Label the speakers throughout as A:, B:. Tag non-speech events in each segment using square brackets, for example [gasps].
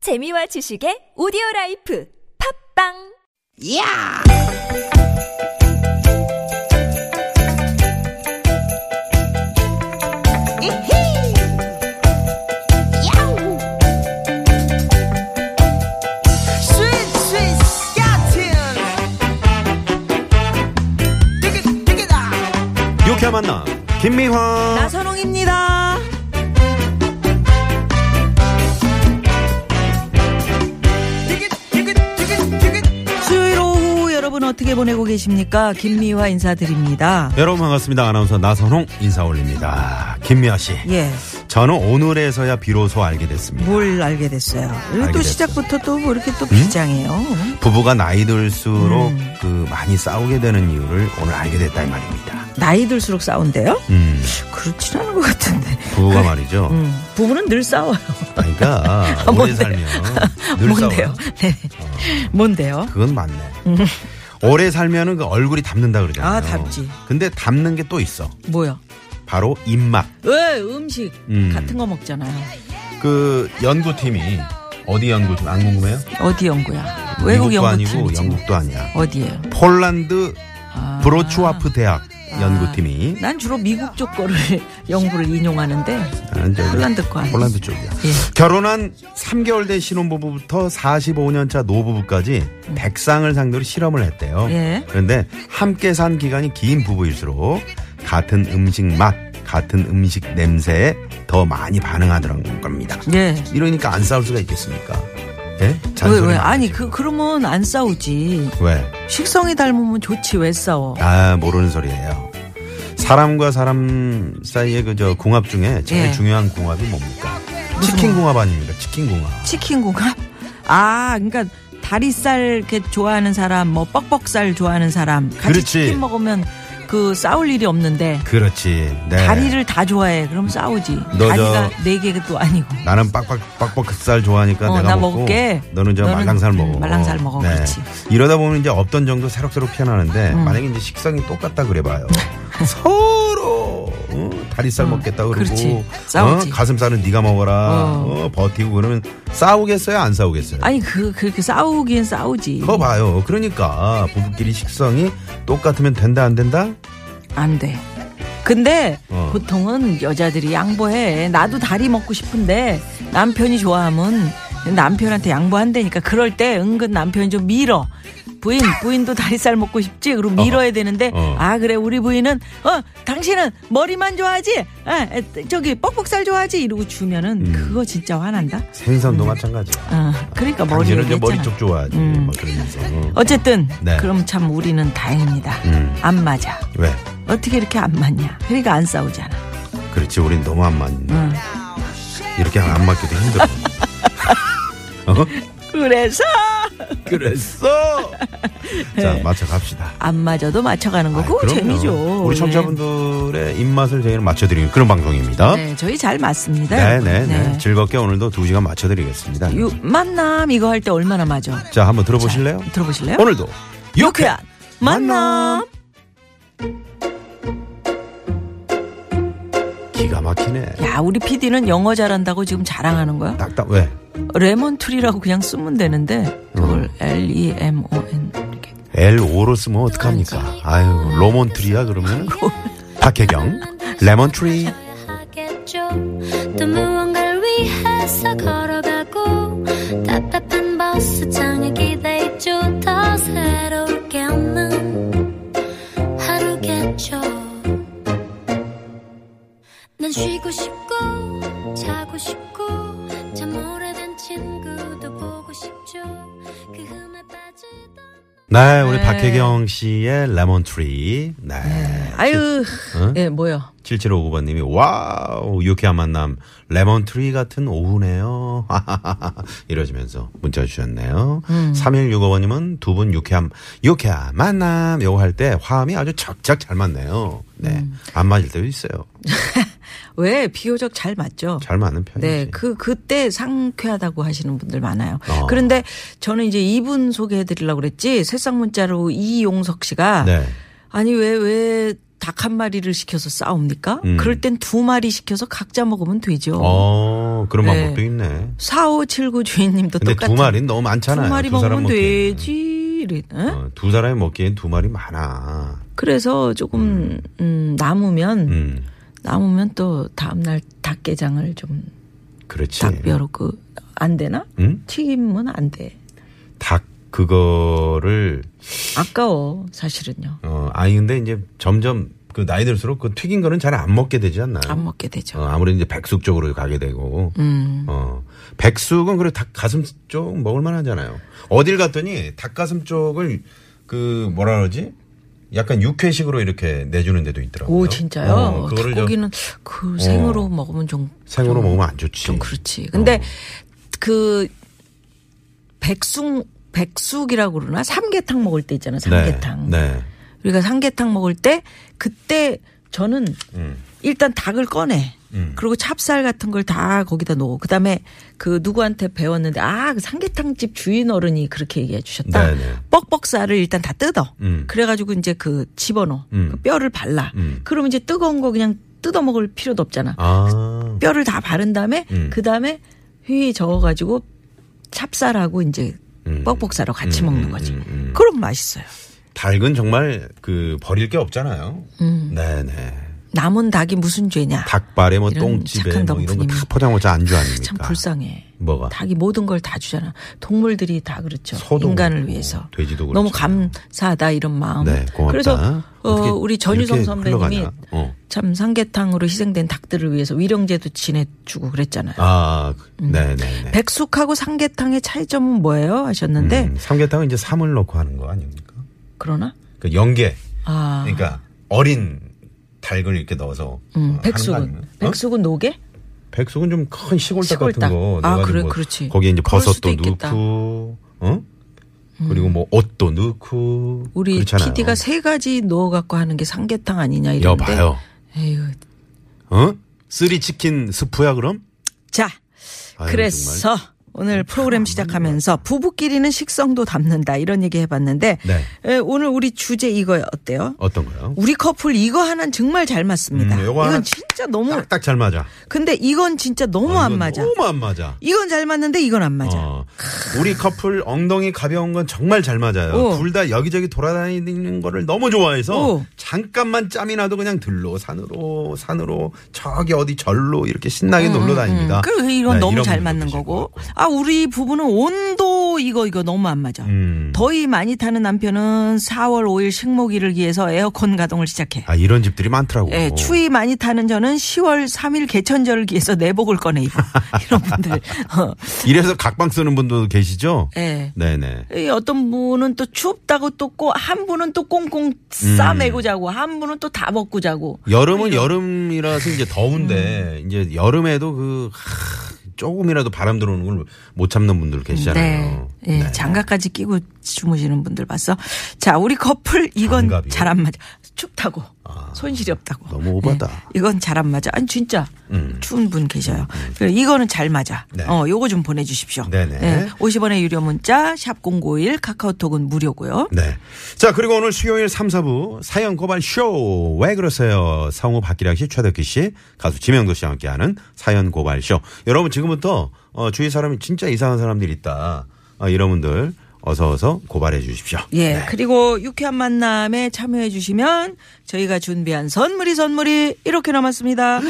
A: 재미와 지식의 오디오 라이프 팝빵
B: 야! 이히! 야우! 스윗, 스윗, 야틴! 띠깃, 띠깃아!
C: 유쾌한 만남 김미화
B: 나선홍입니다. 띠깃, 띠깃, 띠깃, 띠깃!
D: 수요일 오후 여러분 어떻게 보내고 계십니까? 김미화 인사드립니다.
C: 여러분 반갑습니다 아나운서 나선홍 인사 올립니다 김미화 씨
D: 예,
C: 저는 오늘에서야 비로소 알게 됐습니다
D: 뭘 알게 됐어요. 그리고
C: 알게 음?
D: 또 시작부터 또 뭐 이렇게 또 비장해요.
C: 부부가 나이 들수록
D: 음.
C: 그 많이 싸우게 되는 이유를 오늘 알게 됐다 이 말입니다
D: 나이 들수록 싸운대요?
C: 음
D: 그렇진 않은 것 같은데.
C: 부부가 말이죠
D: 음, 부부는 늘 싸워요. [laughs]
C: 그러니까 오래
D: 뭔데요?
C: 살면
D: [laughs]
C: 늘
D: 뭔데요?
C: 싸워요
D: [laughs]
C: 어.
D: 네. 뭔데요?
C: 그건 맞네 오래 살면은 그 얼굴이 담는다 그러잖아요
D: 아, 담지.
C: 근데 담는 게 또 있어
D: 뭐요?
C: 바로 입맛
D: 왜 음식
C: 음.
D: 같은 거 먹잖아요.
C: 그 연구팀이 어디 연구팀 안 궁금해요?
D: 어디 연구야? 외국
C: 미국도
D: 연구
C: 아니고
D: 팀이지. 뭐.
C: 영국도 아니야
D: 어디예요?
C: 폴란드
D: 아. 네.
C: 브로츠와프 대학 연구팀이
D: 난 주로 미국 쪽 거를 [laughs] 연구를 인용하는데
C: 아, 저기
D: 폴란드 거 아니지?
C: 폴란드 쪽이야.
D: 예.
C: 결혼한 3개월 된 신혼부부부터 45년 차 노부부까지 100쌍을 상대로 실험을 했대요.
D: 음. 예.
C: 그런데 함께 산 기간이 긴 부부일수록 같은 음식 맛, 같은 음식 냄새에 더 많이 반응하더라는 겁니다.
D: 예.
C: 이러니까 안 싸울 수가 있겠습니까? 예?
D: 왜,
C: 잔소리
D: 왜?
C: 많아지고.
D: 아니, 그, 그러면 안 싸우지.
C: 왜?
D: 식성이 닮으면 좋지, 왜 싸워?
C: 아 모르는 소리예요. 사람과 사람 사이의 그저 궁합 중에 제일
D: 예.
C: 중요한 궁합이 뭡니까? 치킨 궁합 아닙니까? 치킨 궁합.
D: 치킨 궁합? 아, 그러니까 다리살 이렇게 좋아하는 사람, 뭐, 뻑뻑살 좋아하는 사람. 같이
C: 그렇지.
D: 치킨 먹으면 그 싸울 일이 없는데.
C: 그렇지. 네.
D: 다리를 다 좋아해. 그럼 싸우지.
C: 너
D: 다리가
C: 저-
D: 네 개가 또 아니고.
C: 나는 빡빡 빡빡살 좋아하니까
D: 어,
C: 내가
D: 나
C: 먹고
D: 먹을게.
C: 너는 저
D: 너는
C: 말랑살 먹어. 네.
D: 음, 말랑살 먹어. 그렇지. 음.
C: 이러다 보면 이제 없던 정도 새록새록 피어나는데 만약에 이제 식성이 똑같다 그래봐요. [laughs] 서로 어, 다리살 먹겠다 그러고
D: 음. 그렇지.
C: 어,
D: 싸우지.
C: 가슴살은 네가 먹어라
D: 어.
C: 어, 버티고 그러면 싸우겠어요 안 싸우겠어요?
D: 아니, 그, 그렇게 싸우기엔 싸우지.
C: 그거 봐요. 그러니까 부부끼리 식성이 똑같으면 된다 안 된다?
D: 안 돼. 근데
C: 어.
D: 보통은 여자들이 양보해. 나도 다리 먹고 싶은데 남편이 좋아하면 남편한테 양보한다니까 그럴 때 은근 남편이 좀 밀어. 부인, 부인도 다리살 먹고 싶지? 그리고 밀어야 되는데,
C: 어.
D: 아, 그래, 우리 부인은, 어, 당신은 머리만 좋아하지? 아, 에, 저기, 뻑뻑살 좋아하지? 이러고 주면은,
C: 음.
D: 그거 진짜 화난다?
C: 생선도 마찬가지야.
D: 어, 그러니까 머리
C: 당신은 이제
D: 얘기했잖아. 음.
C: 머리 쪽 좋아하지. 뭐 그러면서. 어.
D: 어쨌든,
C: 네.
D: 그럼 참 우리는 다행이다.
C: 음.
D: 안 맞아.
C: 왜?
D: 어떻게 이렇게 안 맞냐? 그러니까 안 싸우잖아.
C: 그렇지. 우린 너무 안 맞는다.
D: 음.
C: 이렇게 안 맞기도
D: [laughs]
C: 힘들어. 어?
D: 그래서
C: 그랬어.
D: [laughs]
C: 자, 맞춰 갑시다.
D: 안 맞아도 맞춰가는
C: 아이,
D: 거고
C: 그럼요.
D: 네. 뭐 재미죠. 네.
C: 우리 청자분들의 입맛을 저희는 맞춰드리는 그런 방송입니다.
D: 네, 저희 잘 맞습니다.
C: 네,
D: 여러분.
C: 네, 네. 즐겁게 오늘도 두 시간 맞춰드리겠습니다.
D: 유- 만남 이거 할 때 얼마나 맞아?
C: 자, 한번 들어보실래요?
D: 들어보실래요?
C: 오늘도
D: 유쾌한 만남.
C: 만남. 기가 막히네.
D: 야, 우리 PD는 영어 잘한다고 지금 자랑하는 거야?
C: 딱딱 왜?
D: 레몬트리라고 그냥 쓰면 되는데
C: 어.
D: 그걸 L E M O N 이렇게
C: L5로 쓰면
D: 그렇죠.
C: 어떡합니까? 아유, 로몬트리야, 그러면? 박혜경, 레몬트리.
E: 하겠죠. 또 무언가를 위해서 걸어가고 답답한 버스장에 기대했죠. 더 새롭게 없는 하루겠죠. 난 쉬고 싶고 자고 싶고 참 오래된 친구도 보고 싶죠. 그 흠에 빠지던
C: 네, 우리
D: 네.
C: 박혜경 씨의 레몬트리. 네.
D: 아유,
C: 어?
D: 예, 뭐요? [laughs]
C: 7759번님이, 와우, 유쾌한 만남. 레몬트리 같은 오후네요. [laughs] 이러시면서 문자 주셨네요.
D: 음.
C: 3165번님은 두 분 유쾌한, 유쾌한 만남. 요거 할 때 화음이 아주 착착 잘 맞네요. 네.
D: 음.
C: 안 맞을 때도 있어요.
D: 왜 비교적 잘 맞죠?
C: 잘 맞는 편이지.
D: 네, 그 그때 상쾌하다고 하시는 분들 많아요.
C: 어.
D: 그런데 저는 이제 이분 아. 소개해 드리려고 그랬지. 새싹 문자로 이용석 씨가
C: 네.
D: 아니 왜 왜 닭 한 마리를 시켜서 싸웁니까?
C: 음.
D: 그럴 땐 두 마리 시켜서 각자 먹으면 되죠.
C: 어, 그런
D: 네.
C: 방법도 있네.
D: 4579 주인님도
C: 근데
D: 똑같은
C: 두 마리는 너무 많잖아요.
D: 두 마리
C: 두 사람
D: 먹으면
C: 먹기에는.
D: 되지. 이래. 에?
C: 어, 두 사람이 먹기엔 두 마리 많아.
D: 그래서 조금 음, 남으면
C: 음,
D: 남으면 또 다음 날 닭게장을 좀
C: 그렇지.
D: 닭뼈로 그 안 되나?
C: 응?
D: 튀김은 안 돼.
C: 닭 그거를
D: 아까워 사실은요.
C: 어, 아니 근데 이제 점점 그 나이 들수록 그 튀긴 거는 잘 안 먹게 되지 않나요?
D: 안 먹게 되죠.
C: 어, 아무래도 이제 백숙 쪽으로 가게 되고.
D: 음.
C: 어. 백숙은 그래 닭 가슴 쪽 먹을 만하잖아요. 어딜 갔더니 닭 가슴 쪽을 그 뭐라 그러지? 약간 육회식으로 이렇게 내주는 데도 있더라고요.
D: 오 진짜요?
C: 어, 그거를 좀
D: 닭고기는 그 생으로 먹으면 좀
C: 생으로
D: 좀,
C: 먹으면 안 좋지.
D: 좀 그렇지.
C: 어.
D: 근데 그 백숙 백숙이라고 그러나 삼계탕 먹을 때 있잖아요. 삼계탕.
C: 네. 네.
D: 우리가 삼계탕 먹을 때 그때 저는 일단 닭을 꺼내.
C: 음.
D: 그리고 찹쌀 같은 걸 다 거기다 놓고 그다음에 그 누구한테 배웠는데 아그 삼계탕 집 주인 어른이 그렇게 얘기해 주셨다.
C: 네, 네.
D: 뻑뻑살을 일단 다 뜯어.
C: 음.
D: 그래가지고 이제 그 집어넣어.
C: 음.
D: 그 뼈를 발라.
C: 음.
D: 그러면 이제 뜨거운 거 그냥 뜯어 먹을 필요도 없잖아.
C: 아.
D: 뼈를 다 바른 다음에
C: 음.
D: 그 다음에 휘 저어가지고 찹쌀하고 이제
C: 음.
D: 뻑뻑살하고 같이
C: 음,
D: 먹는
C: 음,
D: 거지.
C: 음, 음.
D: 그럼 맛있어요.
C: 닭은 정말 그 버릴 게 없잖아요.
D: 음.
C: 네네.
D: 남은 닭이 무슨 죄냐?
C: 닭발에 뭐
D: 이런
C: 똥집에
D: 착한
C: 뭐 이런 거 다
D: 덕분이면.
C: 포장하자 안주 아닙니까?
D: 참 불쌍해.
C: 뭐가?
D: 닭이 모든 걸 다 주잖아. 동물들이 다 그렇죠.
C: 아. 소도
D: 인간을
C: 그렇고,
D: 위해서.
C: 돼지도
D: 너무
C: 그렇잖아요.
D: 감사하다 이런 마음.
C: 네, 고맙다.
D: 그래서 어,
C: 어떻게
D: 우리 전유성
C: 이렇게
D: 선배님이
C: 흘러가냐? 어.
D: 참 삼계탕으로 희생된 닭들을 위해서 위령제도 지내주고 그랬잖아요.
C: 아, 그-
D: 음.
C: 네네네.
D: 백숙하고 삼계탕의 차이점은 뭐예요? 하셨는데
C: 음, 삼계탕은 이제 삼을 넣고 하는 거 아닙니까?
D: 그러나
C: 그 연계.
D: 아
C: 그러니까 어린 닭을 이렇게 넣어서
D: 음,
C: 하는 거
D: 백숙은
C: 아닙니까? 어?
D: 백숙은 녹에
C: 백숙은 좀 큰 시골닭,
D: 시골닭.
C: 같은 거.
D: 아,
C: 넣어가지고
D: 그래,
C: 뭐
D: 그렇지.
C: 거기에 이제
D: 그럴 수도
C: 버섯도
D: 있겠다. 음.
C: 넣고, 어? 그리고 뭐 옷도 넣고.
D: 우리
C: 그렇잖아요. 어.
D: PD가 세 가지 넣어 갖고 하는 게 삼계탕 아니냐 이런데.
C: 여봐요.
D: 에휴.
C: 어? 쓰리 치킨 스프야 그럼?
D: 자,
C: 아유, 음,
D: 그래서 오늘 프로그램 시작하면서 부부끼리는 식성도 담는다 이런 얘기 해봤는데
C: 네.
D: 에, 오늘 우리 주제 이거 어때요?
C: 어떤 거요?
D: 우리 커플 이거 하나는 정말 잘 맞습니다.
C: 음, 요거 하나
D: 이건 진짜 너무
C: 딱딱 잘 맞아.
D: 근데 이건 진짜 너무
C: 아,
D: 안
C: 이건
D: 맞아.
C: 너무 안 맞아.
D: 이건 잘 맞는데 이건 안 맞아.
C: 어. 우리 커플 엉덩이 가벼운 건 정말 잘 맞아요.
D: 오.
C: 둘 다 여기저기 돌아다니는 거를 너무 좋아해서
D: 오.
C: 잠깐만 짬이 나도 그냥 들로 산으로 산으로 저기 어디 절로 이렇게 신나게 놀러 다닙니다.
D: 음, 그리고 이건
C: 네,
D: 너무
C: 이런
D: 잘
C: 분들도
D: 맞는
C: 계실
D: 거고.
C: 것 같고.
D: 아, 우리 부부는 온도 이거 이거 너무 안 맞아.
C: 음.
D: 더위 많이 타는 남편은 4월 5일 식목일을 위해서 에어컨 가동을 시작해.
C: 아 이런 집들이 많더라고.
D: 예, 추위 많이 타는 저는 10월 3일 개천절을 위해서 내복을 꺼내 입어. [laughs] 이런 분들. 어.
C: 이래서 각방 쓰는 분도 계시죠?
D: 예.
C: 네네.
D: 이 어떤 분은 또 춥다고 또 꼬, 한 분은 또 꽁꽁 싸매고 자고, 한 분은 또 다 벗고 자고.
C: 여름은 여름이라서 이제 더운데
D: 음.
C: 이제 여름에도 그 하, 조금이라도 바람 들어오는 걸 못 참는 분들 계시잖아요.
D: 네. 예, 장갑까지 끼고 주무시는 분들 봤어. 자, 우리 커플 이건
C: 장갑이요? 아,
D: 잘 안 맞아. 춥다고. 손실이 없다고.
C: 너무 오바다. 음.
D: 예, 이건 잘 안 맞아. 아니 진짜 추운 분 계셔요. 그래, 이거는 잘 맞아.
C: 네.
D: 어, 요거 좀 보내 주십시오.
C: 네네.
D: 50원의 유료 문자 샵 051 카카오톡은 무료고요.
C: 네. 자, 그리고 오늘 수요일 3, 4부 사연 고발 쇼. 왜 그러세요? 성우 박기량 씨, 최덕기 씨, 가수 지명도 씨와 함께하는 사연 고발 쇼. 여러분 지금부터 어, 주위 사람이 진짜 이상한 사람들이 있다. 어, 이런 분들 어서 어서 고발해 주십시오.
D: 예.
C: 네.
D: 그리고 유쾌한 만남에 참여해 주시면 저희가 준비한 선물이 선물이
C: [gasps]
D: 이렇게 남았습니다.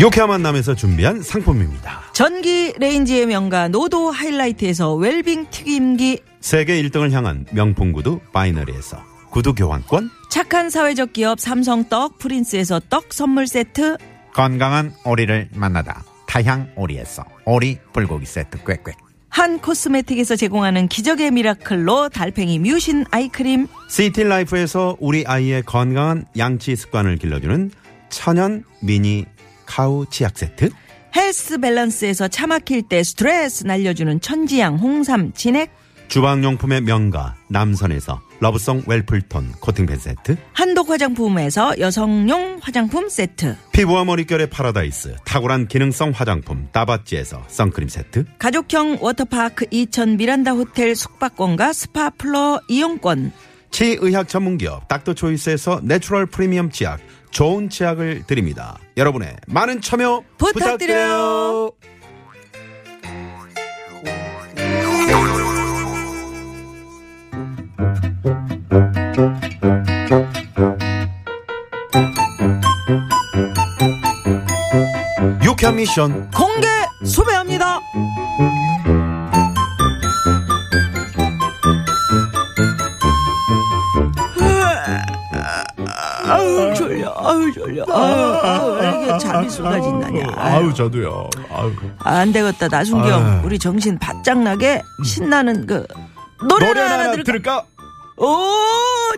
C: 유쾌한 만남에서 준비한 상품입니다.
D: 전기 레인지의 명가 노도 하이라이트에서 웰빙 튀김기
C: 세계 1등을 향한 명품 구두 바이너리에서 구두 교환권,
D: 착한 사회적 기업 삼성 떡 프린스에서 떡 선물 세트
F: 건강한 오리를 만나다 타향 오리에서 오리 불고기 세트 꽥꽥
D: 한 코스메틱에서 제공하는 기적의 미라클로 달팽이 뮤신 아이크림
C: 시티라이프에서 우리 아이의 건강한 양치 습관을 길러주는 천연 미니 카우 치약 세트,
D: 헬스 밸런스에서 차 막힐 때 스트레스 날려주는 천지양 홍삼 진액
C: 주방용품의 명가 남선에서 러브송 웰플톤 코팅팬 세트
D: 한독 화장품에서 여성용 화장품 세트.
C: 피부와 머릿결의 파라다이스 탁월한 기능성 화장품 따바찌에서 선크림 세트
D: 가족형 워터파크 이천 미란다 호텔 숙박권과 스파 플러 이용권.
C: 치의학 전문기업 닥터초이스에서 내추럴 프리미엄 치약 좋은 치약을 드립니다 여러분의 많은 참여 부탁드려요,
D: 부탁드려요.
C: 유쾌한 미션
D: 공개 수배합니다. 아우 졸려, 아우 졸려, 아우, 아우 왜 이렇게 잠이 쏟아진다냐. 아유.
C: 저도요 아유.
D: 안 되겠다 나순경, 우리 정신 바짝 나게 신나는 그 노래
C: 노래
D: 하나
C: 하나
D: 들을까?
C: 들을까?
D: 오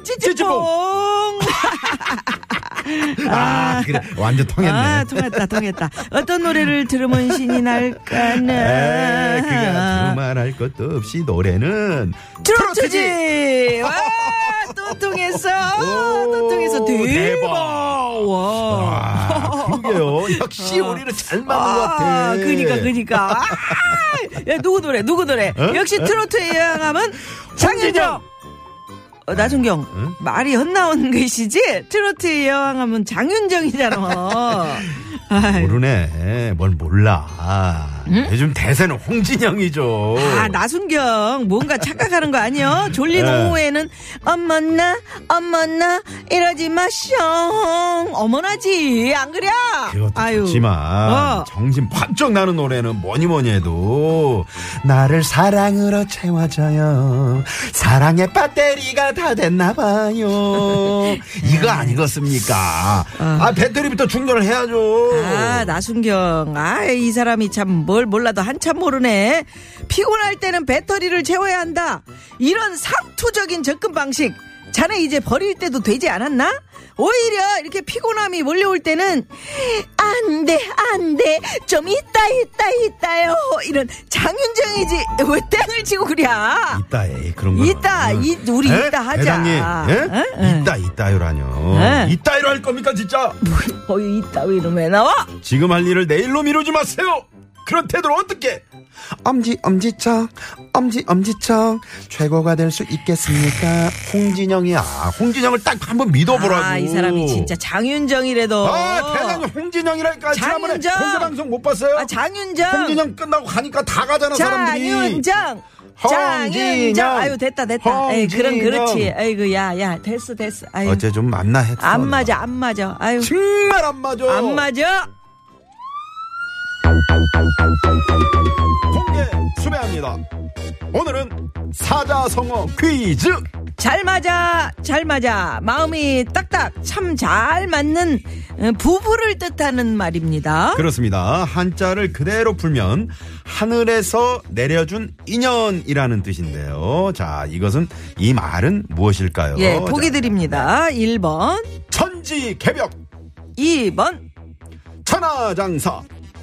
D: 찌찌뽕.
F: 아, 그래. 완전 통했네.
D: 아, 통했다, 통했다. 어떤 노래를 들으면 신이 날까나.
F: 에이, 네,
D: 아.
F: 그가 두말할 것도 없이 노래는
D: 트로트지! [laughs] 와, 또 통했어! 또 통했어! 대박! 와.
F: 아, 그게요. 역시 우리는 잘 맞는 것 같아.
D: 어. 아, 그니까, 그니까. 어? 아! 야, 누구 노래, 누구 노래? 역시 트로트의 향함은 장진영! 어, 나순경, 말이 헛나오는 것이지? 트로트의 여왕하면 [laughs] 장윤정이잖아. 아이.
F: 모르네. 뭘 몰라. 요즘 대세는 홍진영이죠.
D: 아 나순경 뭔가 착각하는 거 아니요? 졸린
F: 네.
D: 오후에는 어머나 어머나 이러지 마숑 어머나지 안 그래?
F: 그것도 좋지만
D: 어.
F: 정신 번쩍 나는 노래는 뭐니 뭐니 해도 나를 사랑으로 채워줘요 사랑의 배터리가 다 됐나 봐요
D: 음.
F: 이거 아니겠습니까 아 배터리부터 충전을 해야죠
D: 어. 아 나순경 아 이 사람이 참 뭘 몰라도 한참 모르네 피곤할 때는 배터리를 채워야 한다 이런 상투적인 접근 방식 자네 이제 버릴 때도 되지 않았나? 오히려 이렇게 피곤함이 몰려올 때는 안 돼, 안 돼. 좀 있다, 있다, 있다요. 이런 장윤정이지. 왜 땡을 치고 그래?
C: 있다 에이 그런 거
D: 있다, 이, 우리
C: 음. 에?
D: 있다 하자. 어?
C: 대장님,
F: 예?
C: 에?
D: 응? 응.
C: 있다 있다요라뇨.
D: 에.
C: 있다요로 할 겁니까 진짜?
D: 어이, 있다, 왜 이러면 나와?
C: 지금 할 일을 내일로 미루지 마세요. 그런 태도로 어떻게?
F: 엄지 엄지척 엄지 엄지척 최고가 될 수 있겠습니까 홍진영이야 홍진영을 딱 한번 믿어보라고
D: 아, 이 사람이 진짜 장윤정이래도.
F: 아 대장님 홍진영이랄까 지난번에
D: 장윤정.
F: 공개 방송 못 봤어요
D: 아, 장윤정.
F: 홍진영 끝나고 가니까 다 가잖아 사람들이
D: 장윤정. 장윤정.
F: 홍진영.
D: 아유, 됐다, 됐다. 에이, 그럼
F: 홍진영.
D: 그렇지. 아이고, 야, 야, 됐어, 됐어. 아유.
C: 어제 좀 만나 했어.
D: 안 맞아, 안 맞아. 아유.
F: 정말 안 맞아
D: 안 맞아.
F: 공개 수배합니다 오늘은 사자성어 퀴즈
D: 잘 맞아, 잘 맞아. 마음이 딱딱 참 잘 맞는 어, 부부를 뜻하는 말입니다.
C: 그렇습니다. 한자를 그대로 풀면 하늘에서 내려준 인연이라는 뜻인데요. 자, 이것은 이 말은 무엇일까요?
D: 예,
F: 어,
C: 자,
D: 보기 드립니다. 1번,
F: 천지 개벽
D: 2번.
F: 천하장사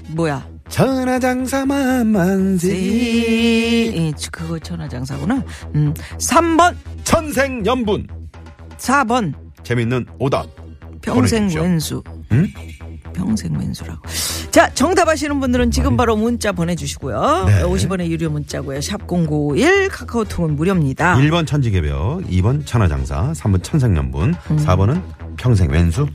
D: 뭐야?
F: 천하장사
D: 네.
F: 만만세
D: 이, 예, 그거 천하장사구나. 음, 3번,
C: 천생연분.
D: 4번.
C: 재밌는 오답.
D: 평생
C: 보내주십시오. 음?
D: 왼수. 평생 왼수라고. 자, 정답 아시는 분들은 지금 바로 문자 보내주시고요.
C: 네.
D: 50원의 유료 문자고요. 샵0951 카카오톡은 무료입니다.
C: 1번 천지개벽, 2번 천하장사, 3번 천생연분, 4번은 평생 왼수.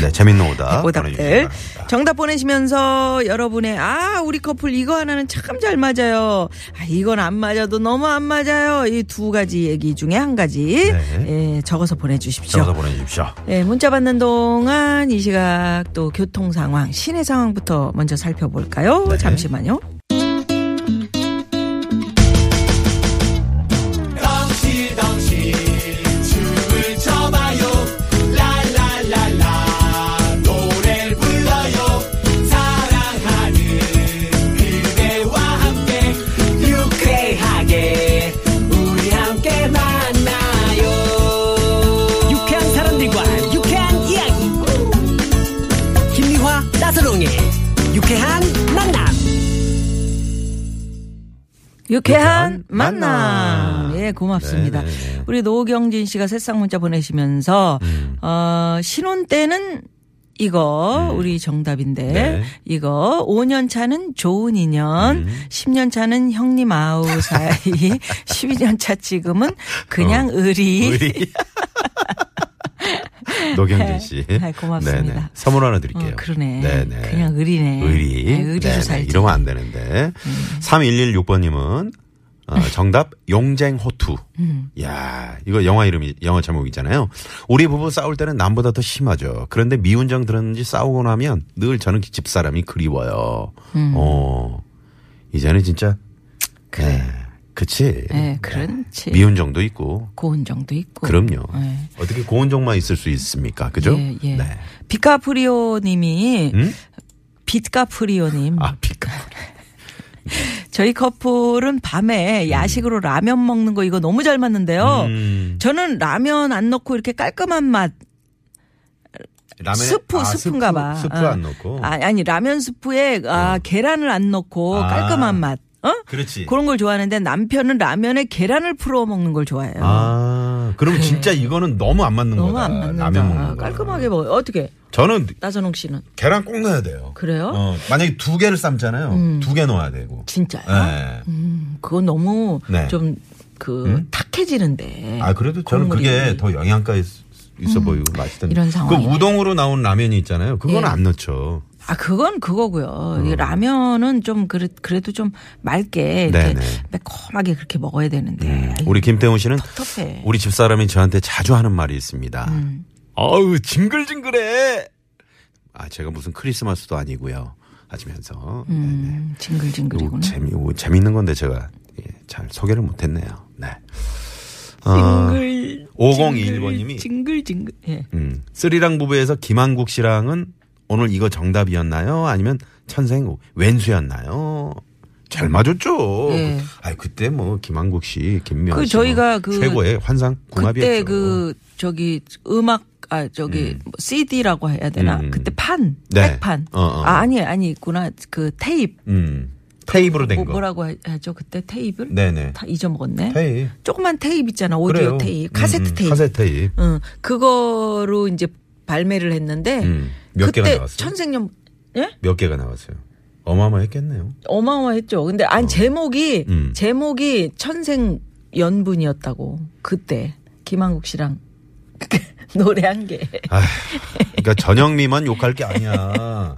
C: 네, 재밌는 오답.
D: 오답들.
C: 보내주시기 바랍니다.
D: 정답 보내시면서 여러분의 아, 우리 커플 이거 하나는 참 잘 맞아요. 아, 이건 안 맞아도 너무 안 맞아요. 이 두 가지 얘기 중에 한 가지. 예, 적어서 보내주십시오.
C: 네. 적어서 보내주십시오.
D: 네, 문자 받는 동안 이 시각 또 교통 상황, 시내 상황부터 먼저 살펴볼까요?
C: 네.
D: 잠시만요.
G: 유쾌하게 우리 함께 만나요 유쾌한 사람들과 유쾌한 이야기 김미화 나선홍의 유쾌한 만남
D: 유쾌한
C: 유쾌한
D: 만남.
C: 만남.
D: 예, 고맙습니다.
C: 네네네.
D: 우리 노경진 씨가 새싹 문자 보내시면서
C: 음.
D: 어, 신혼 때는 이거 우리 정답인데
C: 음. 네.
D: 이거 5년 차는 좋은 인연,
C: 음.
D: 10년 차는 형님
C: [laughs]
D: 아우 사이, 12년 차 지금은 그냥
C: 어,
D: 의리. [laughs]
C: 우리 노경진 씨.
D: 네, 고맙습니다.
C: 네네. 선물 하나 드릴게요.
D: 어, 그러네.
C: 네네.
D: 그냥 의리네.
C: 의리.
D: 네, 의리로
C: 네네.
D: 살지. 음.
C: 이러면 안 되는데. 3116번님은 어, 정답 용쟁호투.
D: 음.
C: 야 이거 영화 이름이 영화 제목 있잖아요. 우리 부부 싸울 때는 남보다 더 심하죠. 그런데 미운정 들었는지 싸우고 나면 늘 저는 집 사람이 그리워요.
D: 음.
C: 어 이제는 진짜 그래. 그치.
D: 예, 그렇지.
C: 미운정도 있고
D: 고운정도 있고.
C: 네, 그럼요.
D: 예.
C: 어떻게 고운종만 있을 수 있습니까? 그죠?
D: 예, 예.
C: 네.
D: 비카프리오 님이
C: 음?
D: 빛카프리오 님.
C: 아, 비카.
D: 저희 커플은 밤에 야식으로 라면 먹는 거 이거 너무 잘 맞는데요.
C: 음.
D: 저는 라면 안 넣고 이렇게 깔끔한 맛
C: 라면에-
D: 스프
C: 아,
D: 스프인가 봐.
C: 스프,
D: 어.
C: 안 넣고. 어.
D: 아, 아니 라면 스프에 아, 계란을 안 넣고
C: 아. 예.
D: 깔끔한 맛. 어?
C: 그렇지.
D: 그런 걸 좋아하는데 남편은 라면에 계란을 풀어 먹는 걸 좋아해요.
C: 아, 그럼 진짜 이거는 너무 안 맞는
D: 네. 너무
C: 거다.
D: 안 맞는다.
C: 라면 먹는 거.
D: 깔끔하게 먹어. 어떻게?
C: 저는
D: 나선홍 씨는
C: 계란 꼭 넣어야 돼요.
D: 그래요? 음.
C: 어, 만약에 두 개를 삶잖아요. 두 개 넣어야 되고.
D: 진짜요?
C: 예.
D: 음, 그거 너무
C: 네. 음?
D: 좀 그 탁해지는데.
C: 아, 그래도 저는
D: 국물이. 음.
C: 그게 더 영양가 있, 있어 보이고 맛있던데.
D: 이런 상황이네.
C: 그 우동으로 나온 라면이 있잖아요. 그건
D: 예.
C: 안 넣죠.
D: 아, 그건 그거고요.
C: 음.
D: 이 라면은 좀 그래, 그래도 좀 맑게 이렇게
C: 네네. 음,
D: 매콤하게 그렇게 먹어야 되는데. 아이,
C: 우리 김태훈 씨는
D: 텁텁해.
C: 우리 집사람이 저한테 자주 하는 말이 있습니다.
D: 음.
C: 아우 징글징글해. 아 제가 무슨 크리스마스도 아니고요. 하시면서 네네.
D: 음, 징글징글이구나.
C: 재미 오, 재밌는 건데 제가 예, 잘 소개를 못했네요. 네. 어,
D: 징글.
C: 아, 501번님이
D: 징글징글. 예.
C: 음, 쓰리랑 부부에서 김한국 씨랑은 오늘 이거 정답이었나요? 아니면 천생 왼수였나요? 잘 맞았죠.
D: 예.
C: 그, 아이 그때 뭐 김한국 씨, 김미연
D: 그
C: 씨, 뭐
D: 저희가 그
C: 최고의 환상 궁합이었죠.
D: 그때 그 저기 음악 아 저기 뭐 CD라고 해야 되나?
C: 음.
D: 그때 판,
C: 네.
D: 백판.
C: 어, 어.
D: 아 아니 아니 있구나. 그 테이프.
C: 음. 테이프로 된
D: 뭐,
C: 거.
D: 뭐라고 하- 하죠? 그때 테이블?
C: 네네.
D: 다 잊어먹었네.
C: 테이프.
D: 조그만 테이프 있잖아. 오디오
C: 그래요.
D: 테이프,
C: 음,
D: 카세트
C: 음,
D: 테이프.
C: 카세트 테이프.
D: 응, 그거로 이제 발매를 했는데
C: 음, 몇
D: 그때
C: 개가 나왔어요?
D: 천생연 예?
C: 몇 개가 나왔어요. 어마어마했겠네요.
D: 어마어마했죠. 근데 아니 제목이
C: 음.
D: 제목이 천생 연분이었다고 그때 김한국 씨랑 [laughs] 노래한 게
C: 아휴, 그러니까 전영미만 욕할 게
D: [laughs]
C: 아니야.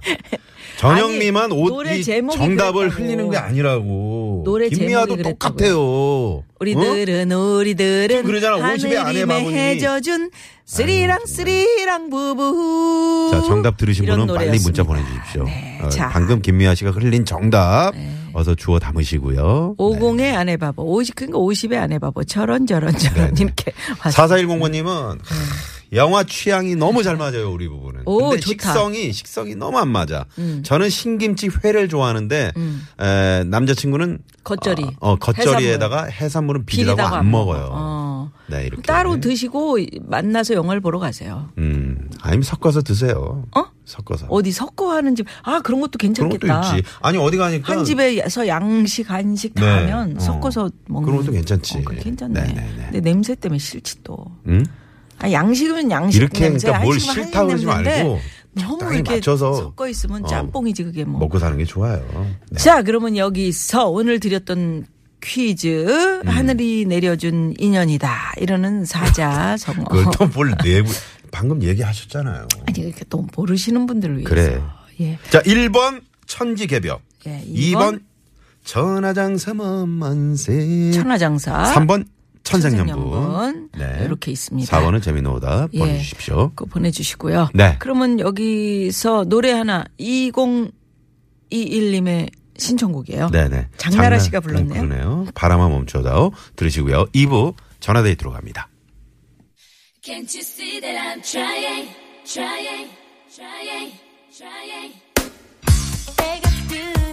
C: 전영미만
D: 아니,
C: 옷
D: 노래
C: 이
D: 제목이
C: 정답을
D: 그랬다고.
C: 흘리는 게 아니라고.
D: 노래
C: 김미아도
D: 제목이
C: 똑같아요. 어?
D: 우리들은 우리들은
C: 지금 그러잖아, 50에 안
D: 하늘이
C: 해, 바보니.
D: 매해져준 스리랑 스리랑 부부
C: 자, 정답 들으신
D: 이런
C: 분은 빨리 문자
D: 노래였습니다.
C: 보내주십시오.
D: 네,
C: 어,
D: 자. 네.
C: 방금 김미아 씨가 흘린 정답 어서 주워 담으시고요. 네.
D: 50에 안 해봐봐. 50, 그러니까 50에 안 해봐봐. 저런, 저런, 저런. 이렇게. 왔어요.
C: 4410번님은 영화 취향이 너무 잘 맞아요 우리 부부는.
D: 네. 오,
C: 근데
D: 좋다. 음.
C: 식성이 식성이 너무 안 맞아. 저는 신김치 회를 좋아하는데 에, 남자친구는
D: 겉절이.
C: 어, 어, 겉절이에다가 해산물은 비리라고
D: 비리다고
C: 안 먹어요.
D: 어.
C: 네 이렇게
D: 따로 드시고 만나서 영화를 보러 가세요.
C: 음 아니면 섞어서 드세요.
D: 어?
C: 섞어서
D: 어디 섞어 하는 집. 아, 그런
C: 그런 것도
D: 것도 괜찮겠다.
C: 있지. 아니 어디 가니까
D: 한 집에서 양식, 한식 다
C: 네.
D: 하면
C: 어.
D: 섞어서 먹는
C: 그런 것도 괜찮지.
D: 어, 그거 괜찮네.
C: 네네네.
D: 근데 냄새 때문에 싫지 또.
C: 음?
D: 아, 양식은 양식
C: 이렇게
D: 냄새,
C: 그러니까 뭘
D: 한식은 한식
C: 싫다 그러지
D: 냄새인데
C: 말고
D: 너무
C: 적당히
D: 이렇게
C: 맞춰서
D: 섞어 있으면
C: 어,
D: 짬뽕이지 그게 뭐.
C: 먹고 사는 게 좋아요.
D: [laughs]
C: 네.
D: 자, 그러면 여기서 오늘 드렸던 퀴즈
C: 음.
D: 하늘이 내려준 인연이다
C: [laughs]
D: 이러는 사자 성어.
C: 그걸 또뭘 내부 방금 얘기하셨잖아요.
D: 아니 이렇게 또 모르시는 분들을 위해서.
C: 그래.
D: 예.
C: 자, 1번 천지개벽.
D: 예,
C: 2번,
D: 이번
C: 천하장사 만만세.
D: 천하장사.
C: 3번 천생연분. 네.
D: 천생연분. 이렇게 있습니다.
C: 4번은 재미노다
D: 예.
C: 보내주십시오.
D: 그거 보내주시고요.
C: 네.
D: 그러면 여기서 노래 하나 2021님의 신청곡이에요.
C: 네네.
D: 장나라 씨가
C: 장나-
D: 불렀네요.
C: 그러네요. 바람아 멈춰다오 들으시고요. 2부 전화데이 들어갑니다.
E: Can't you see that I'm trying, trying, trying, trying? 내가 뜨는